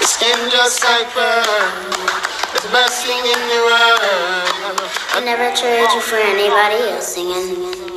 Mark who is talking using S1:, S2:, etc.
S1: The skin just like burn. The best thing in the world. I never trade you for anybody else singing.